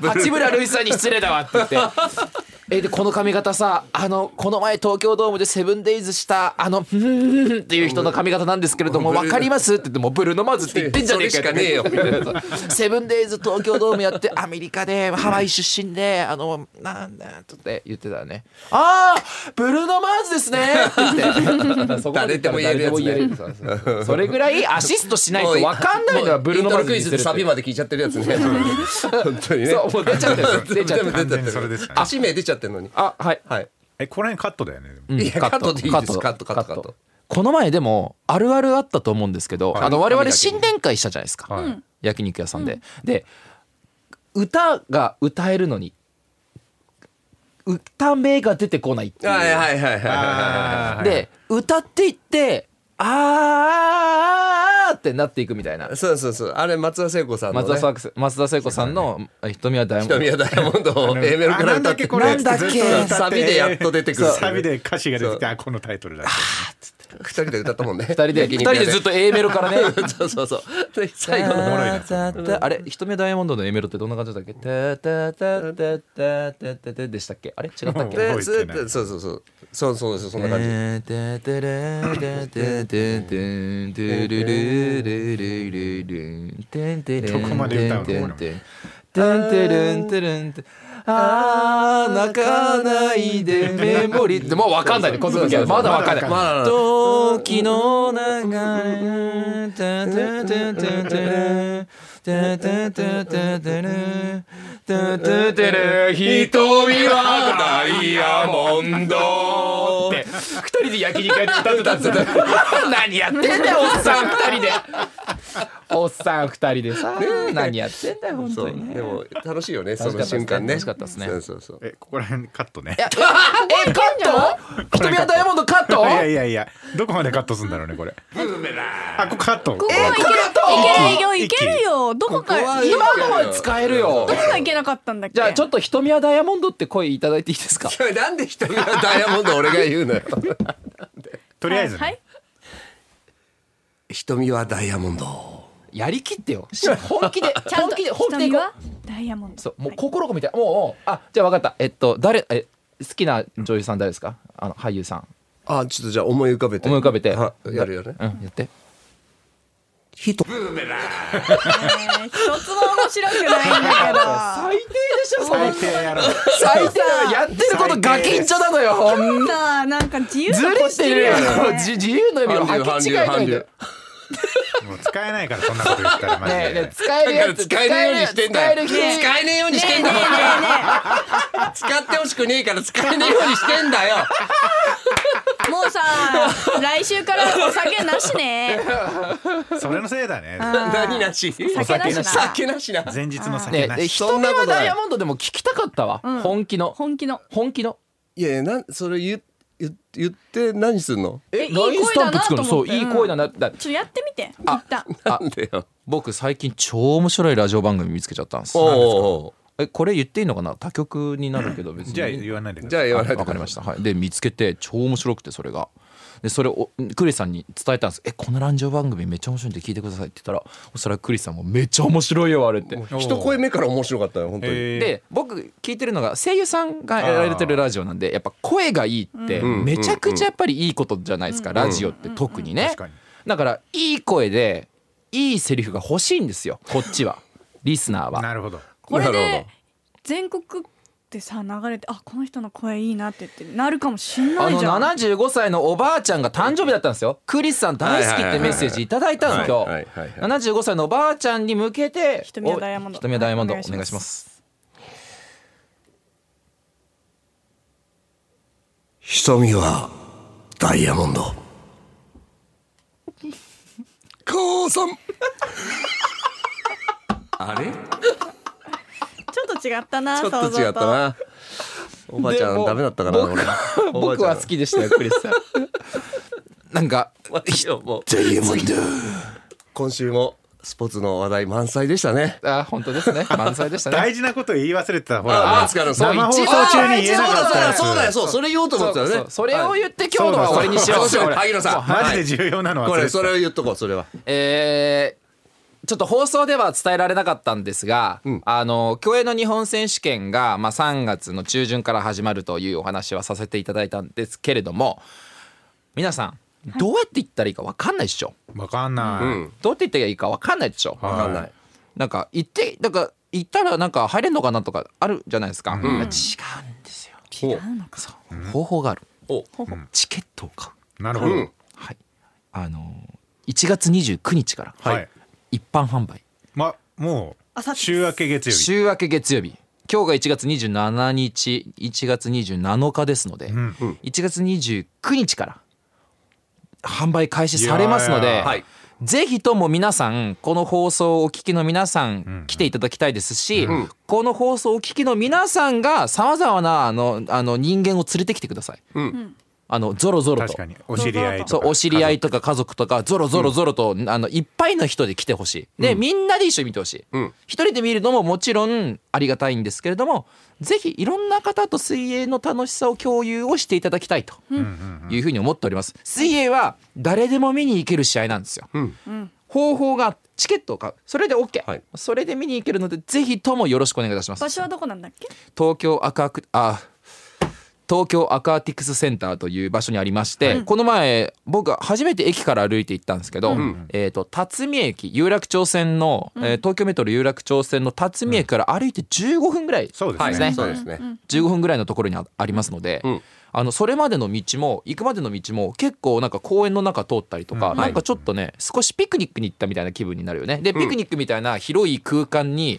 S2: 八村塁さんに失礼だわって言って。 えでこの髪型さあのこの前東京ドームで「セブンデイズしたあの「ふ んふんふん」っていう人の髪型なんですけれども「分かります?」って言ってもうブルーノマーズって言ってんじゃねえ か
S3: それしかねえよみたい
S2: セブンデイズ東京ドームやってアメリカでハワイ出身であのなんだって言ってたね「ああブルーノマーズですね」って言ってそこま
S3: 誰でも言えるやつね
S2: 誰でも言えるそうそれぐらいアシストしないと分かんないのはブルーノマ
S3: イントロ
S2: ーズ
S3: ク
S2: に
S3: イ
S2: す
S3: ズ
S2: るっ
S3: で
S2: て
S3: サビまで聞いちゃってるやつね。本当にね。
S2: そうもう出ちゃってる出ちゃって
S3: 全部
S2: る
S3: 出
S1: 完全にそれですね
S3: 足名出ちゃってるのに。
S2: あはい
S3: はい。
S1: えこれカットだよねでも
S2: うん
S3: いやカットでいいですカットカットカット
S2: この前でもあるあるあったと思うんですけど、
S1: はい
S2: あの我々新年会したじゃないですか、
S1: はいうん
S2: 焼肉屋さんで、で歌が歌えるのに歌名が出てこないっていう、
S3: はいはいはいはいは。
S1: あー
S2: で歌っていって「あーあーあーあーってなっていくみたいない
S3: そうそうそう。あれ松田聖子さんのね。
S2: 松田さん松田聖子さんの「瞳は大
S3: 瞳はダイヤモンドを A メロから
S1: なん
S3: 歌
S1: だ
S3: っ
S1: っけ
S3: て。
S1: これ
S2: なんだっけ
S1: ずと歌って
S3: サビでやっと出てくる
S1: そうサビで歌詞が出てきてあこのタイトルだ
S3: 二人で歌ったもんね。二
S2: 二人で二人でずっと A メロからね
S3: そうそうそう。で最後の。
S1: ろいな
S2: たたたあれ瞳はダイヤモンドの A メロってどんな感じだったっけたたたたたたたたでしたっけあれ違ったっ
S1: 覚えて
S2: け
S3: で
S1: ない
S3: ずっとそうそうそうそうそうそうそんな感じ。
S2: ど
S1: こまで歌うのこれも
S2: あー泣かないでメモリーってもうわかんないねこの時はまだわかんない
S3: まだ
S2: 時の流れタタタタタラタタタタタラタタタラ瞳はダイヤモンドって二人で焼肉屋で歌ってたんですよ何やってんだよおっさん二人でおっさん二人でさ、何やってんだよ本
S3: そ
S2: 当
S3: う
S2: にね。
S3: でも楽しいよねそ
S2: 楽しか
S3: の瞬間
S2: ったですね
S3: ね
S2: 楽しかったですね
S3: そうそうそう
S1: えここら辺カットね
S2: いやえカット？瞳はダイヤモンドカッ
S1: い
S2: ト？
S1: やいやいやどこまでカットするんだろうねこれブーメランあここカット
S4: ここはいけるいけるよいけるよどこか
S3: ここはいい
S4: ど
S2: 今のは使えるよ
S4: こ。がいけなかったんだっけ
S2: じゃあちょっと瞳はダイヤモンドって声いただいていいですか？
S3: いやなんで人がダイヤモンド俺が言うのよ
S1: とりあえずね、
S4: はい
S3: 瞳はダイヤモンド
S2: やりきってよ。本気で
S4: ちゃん
S2: 本
S4: と
S2: 気で本気でいこ
S4: 瞳
S2: う
S4: は。ダイヤモンド
S2: そうもう心込みたい。もうもうあじゃあ分かった。えっと誰え好きな女優さん誰ですか？あの俳優さん。
S3: あちょっとじゃあ思い浮かべて
S2: 思い浮かべて
S3: はやるよね
S2: うんやって。
S3: 人
S4: ね一つも面白くないんだ
S2: 最低でしょ。
S1: 最低やろう
S2: 最低だよやってることガキンチョなのよ。ほん
S4: けどさあなんか自由
S2: ず
S4: な
S2: れ
S4: 腰してて
S2: る
S4: る
S2: よ
S4: よね。
S2: じ自由の意味を履き違えといて。ね
S1: もう使えないからそんなこと言ったらマジで、
S2: えねえ使えるやつ
S3: 使えねえようにしてんだよ
S2: 使える人
S3: 使えねえようにしてんだよ使ってほしくねえから使えねえようにしてんだよ
S4: もうさ来週からお酒なしね
S1: それのせいだね
S3: 何なし
S4: お酒なしな
S3: 酒なしな
S1: 前日の酒
S2: ね
S1: な
S2: え
S1: し、
S3: そん
S2: 瞳
S3: なことない
S2: はダイヤモンドでも聞きたかったわ。本気の
S4: 本気の
S2: 本気の。
S3: いやいやなんそれ言言言って何すんの
S4: えいい
S2: ライン
S4: 声
S2: スタ
S4: だ
S2: ンプ
S4: な
S2: 作
S4: と
S2: る
S4: 思
S2: の
S4: って
S2: そういい声だ
S4: うん
S2: なだ
S4: ちょっとやってみて一旦
S3: なんだよ
S2: 僕最近超面白いラジオ番組見つけちゃったんです
S3: おうおう
S2: えこれ言っていいのかな他局になるけど別に
S1: じゃあ言わないでくだ
S3: じゃ
S1: さ
S3: あ
S1: い
S3: 言わ
S2: は
S3: ないいで
S2: わ
S3: く
S2: か
S3: だ
S2: り
S3: さ
S2: ま
S3: い
S2: した、はい、で見つけて超面白くてそれがでそれをクリスさんに伝えたんです「えこのラジオ番組めっちゃ面白いんで聞いてください」って言ったらそしたらクリスさんも「めっちゃ面白いよあれ」って。
S3: 一声目から面白かったよ本当に
S1: えー
S2: で僕聞いてるのが声優さんがやられてるラジオなんでやっぱ声がいいってめちゃくちゃやっぱりいいことじゃないですか、ラジオって特にね
S1: 確かに
S2: だからいい声でいいセリフが欲しいんですよこっちはリスナーは
S1: なるほど
S4: これ
S3: なる
S4: で全国でさ流れてあこの人の声いいなって言ってなるかもしん
S2: あ
S4: ない
S2: の
S4: じゃん
S2: 75歳のおばあちゃんが誕生日だったんですよクリスさん大好きってメッセージいただいたの今
S3: はいはい
S2: 日
S3: はいはい
S2: 75歳のおばあちゃんに向けて
S4: 瞳はダイヤモンド
S2: お瞳はダイヤモンドお
S4: はいお
S2: 願
S4: 願
S2: い
S4: い
S2: し
S4: し
S2: ま
S4: ます
S3: 瞳はダイヤモンド母さ んあれ
S4: ちょっと違ったな
S3: ちょっと
S4: 想像
S3: 違ったなおばあちゃ
S2: でも
S3: んダメだったかな
S2: 僕
S3: 俺
S2: 僕は好きでしたよクリスさんなんか
S3: ダイヤモンド今週もスポーツの話題満載でしたね
S2: あ本当ですね満載でしたね
S1: 大事なこと言い忘れてたほ
S3: あ
S1: ら
S3: あ疲れそう
S1: 生放
S2: 一
S1: 送
S2: 番
S1: 中に言えなかったやつ
S3: そうだよそうだよそうそれ言おうと思ってたよね
S2: そうそうそれを言って今
S1: そう
S2: 日のは終わりにしよう
S3: そうそう萩野さん
S1: マジで重要なのは
S3: こ
S1: 忘れ
S3: れ
S1: てた
S3: それを言っとこうそれは
S2: えーちょっと放送では伝えられなかったんですが、あの競泳の日本選手権が、まあ、3月の中旬から始まるというお話はさせていただいたんですけれども皆さんどうやって言ったらいいか分かんないでしょ、
S1: わかんない、
S2: どうやって言ったらいいか分かんないでしょ、
S1: わ
S3: わかんない
S2: なんか言ってなんか言ったらなんか入れんのかなとかあるじゃないですか、違うんですよ
S3: 違
S4: 違うのか
S2: そう方法がある、
S3: お
S2: チケットを買う
S1: なるほど、
S3: うん
S2: はいあのー1月29日から、
S1: はい
S2: 一般販売
S1: まも
S4: あさ
S1: う
S4: っき
S1: 週明け月曜日
S2: 週明け月曜日今日が1月27日1月27日ですので、1月29日から販売開始されますの
S1: いやい
S2: で
S1: や
S3: はい
S2: ぜひとも皆さんこの放送をお聞きの皆さん来ていただきたいですし、この放送をお聞きの皆さんがさまざまなあのあの人間を連れてきてください。あのゾロゾロと
S1: 確かにお知り合いと
S2: そう
S1: か
S2: お知り合いとか家族とかゾロゾロゾロと、あのいっぱいの人で来てほしいで、みんなで一緒に見てほしい、一人で見るのももちろんありがたいんですけれどもぜひいろんな方と水泳の楽しさを共有をしていただきたいというふうに思っております水泳は誰でも見に行ける試合なんですよ、方法がチケットを買うそれで OK、
S3: はい
S2: それで見に行けるのでぜひともよろしくお願いいたします
S4: 場所はどこなんだっけ
S2: 東京アクアクあ東京アクアティクスセンターという場所にありまして、この前僕初めて駅から歩いて行ったんですけど、えー、と辰巳駅有楽町線の、えー東京メトロ有楽町線の辰巳駅から歩いて15分ぐらいです
S1: そう
S2: ね、
S1: ですね
S3: そうですね
S2: 15分ぐらいのところにあありますので、あのそれまでの道も行くまでの道も結構なんか公園の中通ったりとか、なんかちょっとね少しピクニックに行ったみたいな気分になるよね。でピクニックみたいな広い空間に、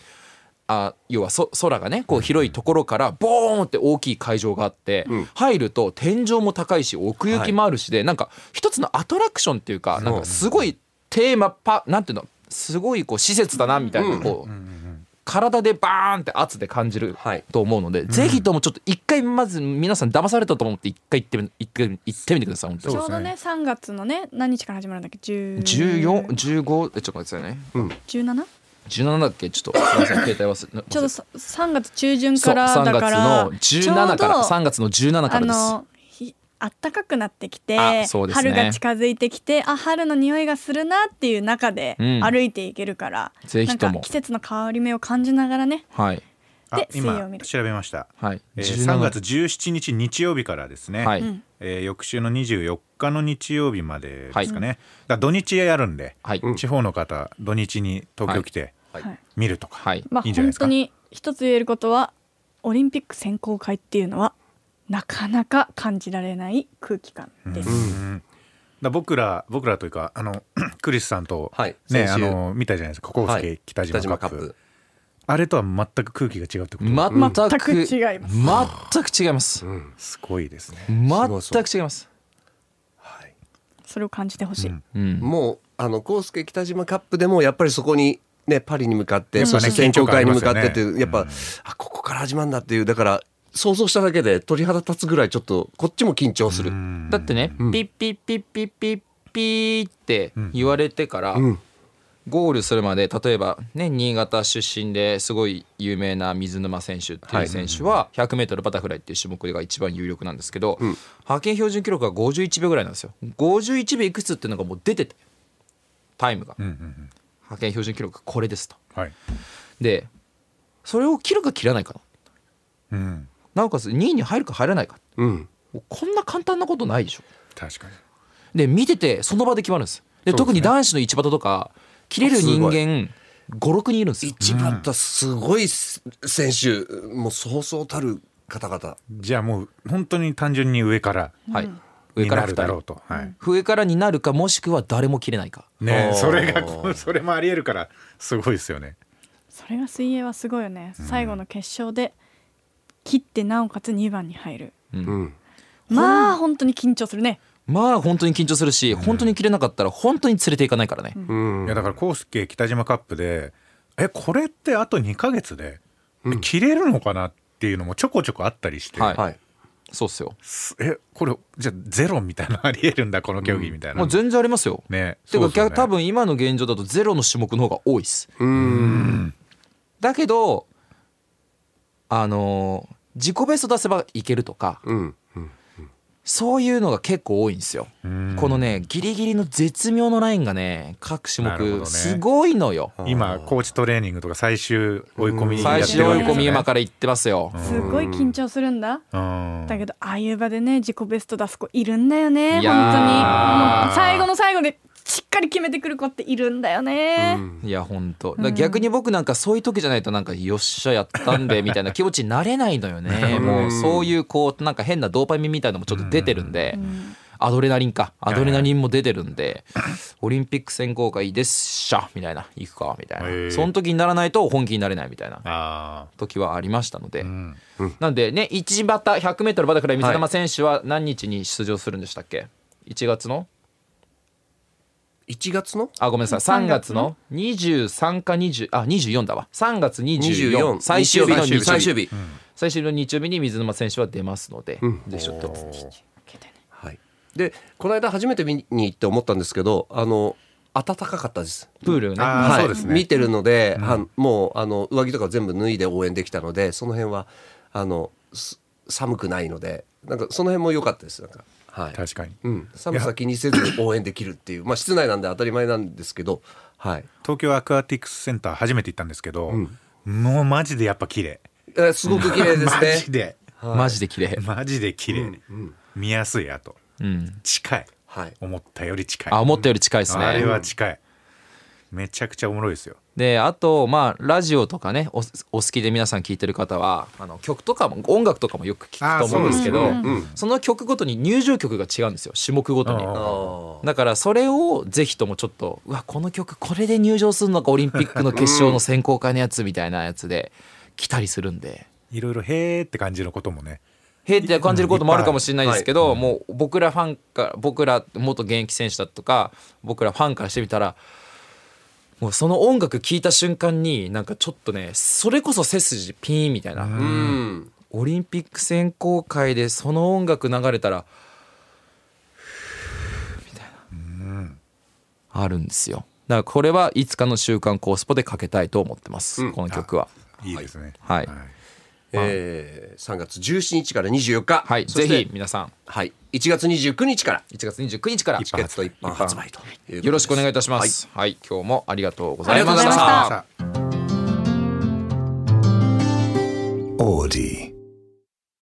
S2: あ要はそ空がねこう広いところからボーンって大きい会場があって、入ると天井も高いし奥行きもあるしで、なんか一つのアトラクションっていうかなんかすごいテーマパなんていうのすごいこう施設だなみたいなこう体でバーンって圧で感じる
S3: はい
S2: と思うので、ぜひともちょっと一回まず皆さん騙されたと思って一回行ってみ一回行ってみてください本当
S1: そ
S2: に
S4: ち
S1: うで
S4: ょ
S1: すね
S4: うどね3月のね何日から始まるんだっけ
S2: 14 15えちょっと待ってくださ
S4: 1417
S2: いね
S4: ち
S2: 17だっけちょっとすい ません携帯忘れ
S4: ょうどさ3月中旬から
S2: そう
S4: だから
S2: 3月の17から3月の17
S4: ちょうど
S2: か
S4: あ
S2: らです
S4: のひ暖かくなってきて、
S2: あそうですね
S4: 春が近づいてきてあ春の匂いがするなっていう中で
S2: うん
S4: 歩いていけるから、
S2: ぜひとも
S4: なんか季節の変わり目を感じながらね
S2: はい
S1: あ
S4: で水
S1: 今
S4: 曜見る
S1: 調べました、
S2: はい、
S1: えー
S2: 17
S1: 3月17日日曜日からですね、
S2: はい、
S4: うん
S1: えー翌週の24日の日曜日までですかね、だから土日やるんで、
S2: はい、
S1: 地方の方土日に東京来て
S2: はい
S4: はい
S1: 見るとか、
S2: はい
S4: まあ
S1: いいんじゃない
S4: 本
S1: ですか
S4: 当に一つ言えることはオリンピック選考会っていうのはなかなか感じられない空気感です。
S1: うんだ僕ら僕らというかあの クリスさんと、
S3: はい
S1: ね
S3: 先週
S1: あの見たじゃないですかコウス
S3: は
S1: ケ
S3: い
S1: 北島カップ,、あれとは全く空気が違うってこと、
S2: 全く
S4: 全く違いま
S2: 全く違います
S1: すごいですね
S3: ごそう
S2: 全く違います
S3: はい
S4: それを感じてほしい、
S1: うん
S2: うん
S3: もうあのコースケ北島カップでもやっぱりそこにねパリに向かって、
S1: やっぱ
S3: そ
S1: ね
S3: して選挙会に向かってっ
S1: 緊
S3: て、
S1: 張感ありますよね
S3: やっぱ、
S1: うん
S3: あここから始まるんだっていうだから想像しただけで鳥肌立つぐらいちょっとこっちも緊張する。
S1: うん
S2: だってね、
S3: うん
S2: ピッピッピッピッピッピーって言われてから、
S3: うん
S2: ゴールするまで例えばね新潟出身ですごい有名な水沼選手っていう選手は 100m バタフライっていう種目が一番有力なんですけど、
S3: ん
S2: 派遣標準記録が51秒ぐらいなんですよ51秒いくつっていうのがもう出ててタイムが
S1: うんうんうん
S2: 派遣標準記録がこれですと
S1: はい、
S2: でそれを切るか切らないか
S1: うん、
S2: なおかつ2位に入るか入らないか
S3: うん
S2: こんな簡単なことないでしょ
S1: 確かに
S2: で見ててその場で決まるんですで特に男子の一バタとか切れる人間56人いるんですよ
S3: 一番だすごいす選手、もうそうそうたる方々。
S1: じゃあもう本当に単純に上から
S2: はい上
S1: に
S2: から
S1: な
S2: 2
S1: るだろ
S2: 人
S1: うと、はい、
S2: 上からになるかもしくは誰も切れないか
S1: ね
S3: おー
S1: それがこうそれもありえるからすごいですよね
S4: それが水泳はすごいよね、最後の決勝で切ってなおかつ2番に入る
S3: うん
S4: まあ本当に緊張するね
S2: まあ本当に緊張するし本当に切れなかったら本当に連れていかないからね
S3: うん
S1: いやだから康介北島カップでえこれってあと2か月で、切れるのかなっていうのもちょこちょこあったりして、
S2: はい
S3: はい
S2: そうっすよ
S1: すえこれじゃあゼロみたいなのありえるんだこの競技みたいな、
S2: もう全然ありますよ
S1: ね
S2: て
S1: そう
S2: か
S1: ですよね
S2: 逆多分今の現状だとゼロの種目の方が多いっす
S3: うん
S2: だけどあのー自己ベスト出せばいけるとか
S3: うん
S2: そういうのが結構多いんですよ
S1: うん
S2: このねギリギリの絶妙のラインがね各種
S1: なるほど
S2: 目
S1: ね
S2: すごいのよ、
S1: 今コーチトレーニングとか最終追い込みや
S2: 最
S1: って
S2: 終
S1: る
S2: 追
S1: わ
S2: い
S1: けです
S2: 込
S1: よ
S2: み
S1: ね
S2: 今から行ってますよ、
S4: すごい緊張するんだ、
S1: うん
S4: だけどああいう場でね自己ベスト出す子いるんだよね本
S2: い
S4: 当
S2: や
S4: に
S2: ー
S4: もう最後の最後でしっかり決めてくる子っているんだよね、
S2: いや本当。だから逆に僕なんかそういう時じゃないとなんかよっしゃやったんでみたいな気持ちになれないのよね。もうそういうこうなんか変なドーパミンみたいのもちょっと出てるんで、アドレナリンかアドレナリンも出てるんで、オリンピック選考会ですっしゃみたいな行くかみた
S1: へ
S2: い
S1: ー
S2: な。その時にならないと本気になれないみたいな。
S1: あ
S2: 時はありましたので、
S1: ん
S2: なんでね1バタ 100m バタフライ水玉選手は何日に出場するんでしたっけ1月の
S3: 1月の
S2: あごめんなさい3月の23か20あ24だわ3月24
S3: 24
S2: 最終日の日曜日
S3: 最終日、
S2: 最終日の日曜日に水沼選手は出ますので、ぜひちょっと
S3: はい、でこの間初めて見に行って思ったんですけどあの暖かかったです。
S2: プールね
S1: あー
S3: はい、
S1: そうですね
S3: 見てるので、はもうあの上着とか全部脱いで応援できたのでその辺はあのす寒くないのでなんかその辺も良かったですなんか、はい
S1: あ確かに
S3: うん、寒さ気にせず応援できるっていうまあ室内なんで当たり前なんですけど、はい
S1: 東京アクアティクスセンター初めて行ったんですけど、もうマジでやっぱ綺麗
S3: えーすごく綺麗で す
S1: マ
S3: ね。
S1: ジで
S2: マジで綺麗
S1: マジで綺麗、見やすいあと
S2: うん
S1: 近い
S3: はい
S1: 思ったより近い
S2: あ思ったより近いですね
S1: あれは近いめちゃくちゃおもろいですよ
S2: であとまあラジオとかねおお好きで皆さん聞いてる方はあの曲とかも音楽とかもよく聞くと思うんですけど
S1: あ
S2: そ
S1: ーそうですね
S2: の曲ごとに入場曲が違うんですよ種目ごとに
S1: あー
S3: あ
S2: だからそれをぜひともちょっとうわこの曲これで入場するのかオリンピックの決勝の選考会のやつみたいなやつで来たりするんで。
S1: いろいろへーって感じのこともね
S2: へーって感じることもあるかもしれないですけど、もう僕らファンから僕ら元現役選手だとか僕らファンからしてみたらもうその音楽聴いた瞬間になんかちょっとねそれこそ背筋ピーンみたいな、
S3: うん
S2: オリンピック選考会でその音楽流れたらふーみたいなあるんですよだからこれはいつかの「週刊コースポ」でかけたいと思ってます、
S3: うん
S2: この曲は。
S1: いいですね。
S2: はい
S3: えー、3月17日から24日
S2: はい、
S3: そし
S2: ぜ
S3: て
S2: ひ皆さん
S3: はい1月29日から
S2: 1月29日から
S3: チケット一般発売ということです
S2: よろしくお願いいたします。はい、今日もありがとうござ
S3: あ
S2: い
S3: りが
S2: ま
S3: とうご
S2: し
S3: ざいましたた。
S1: さあ
S5: Audi.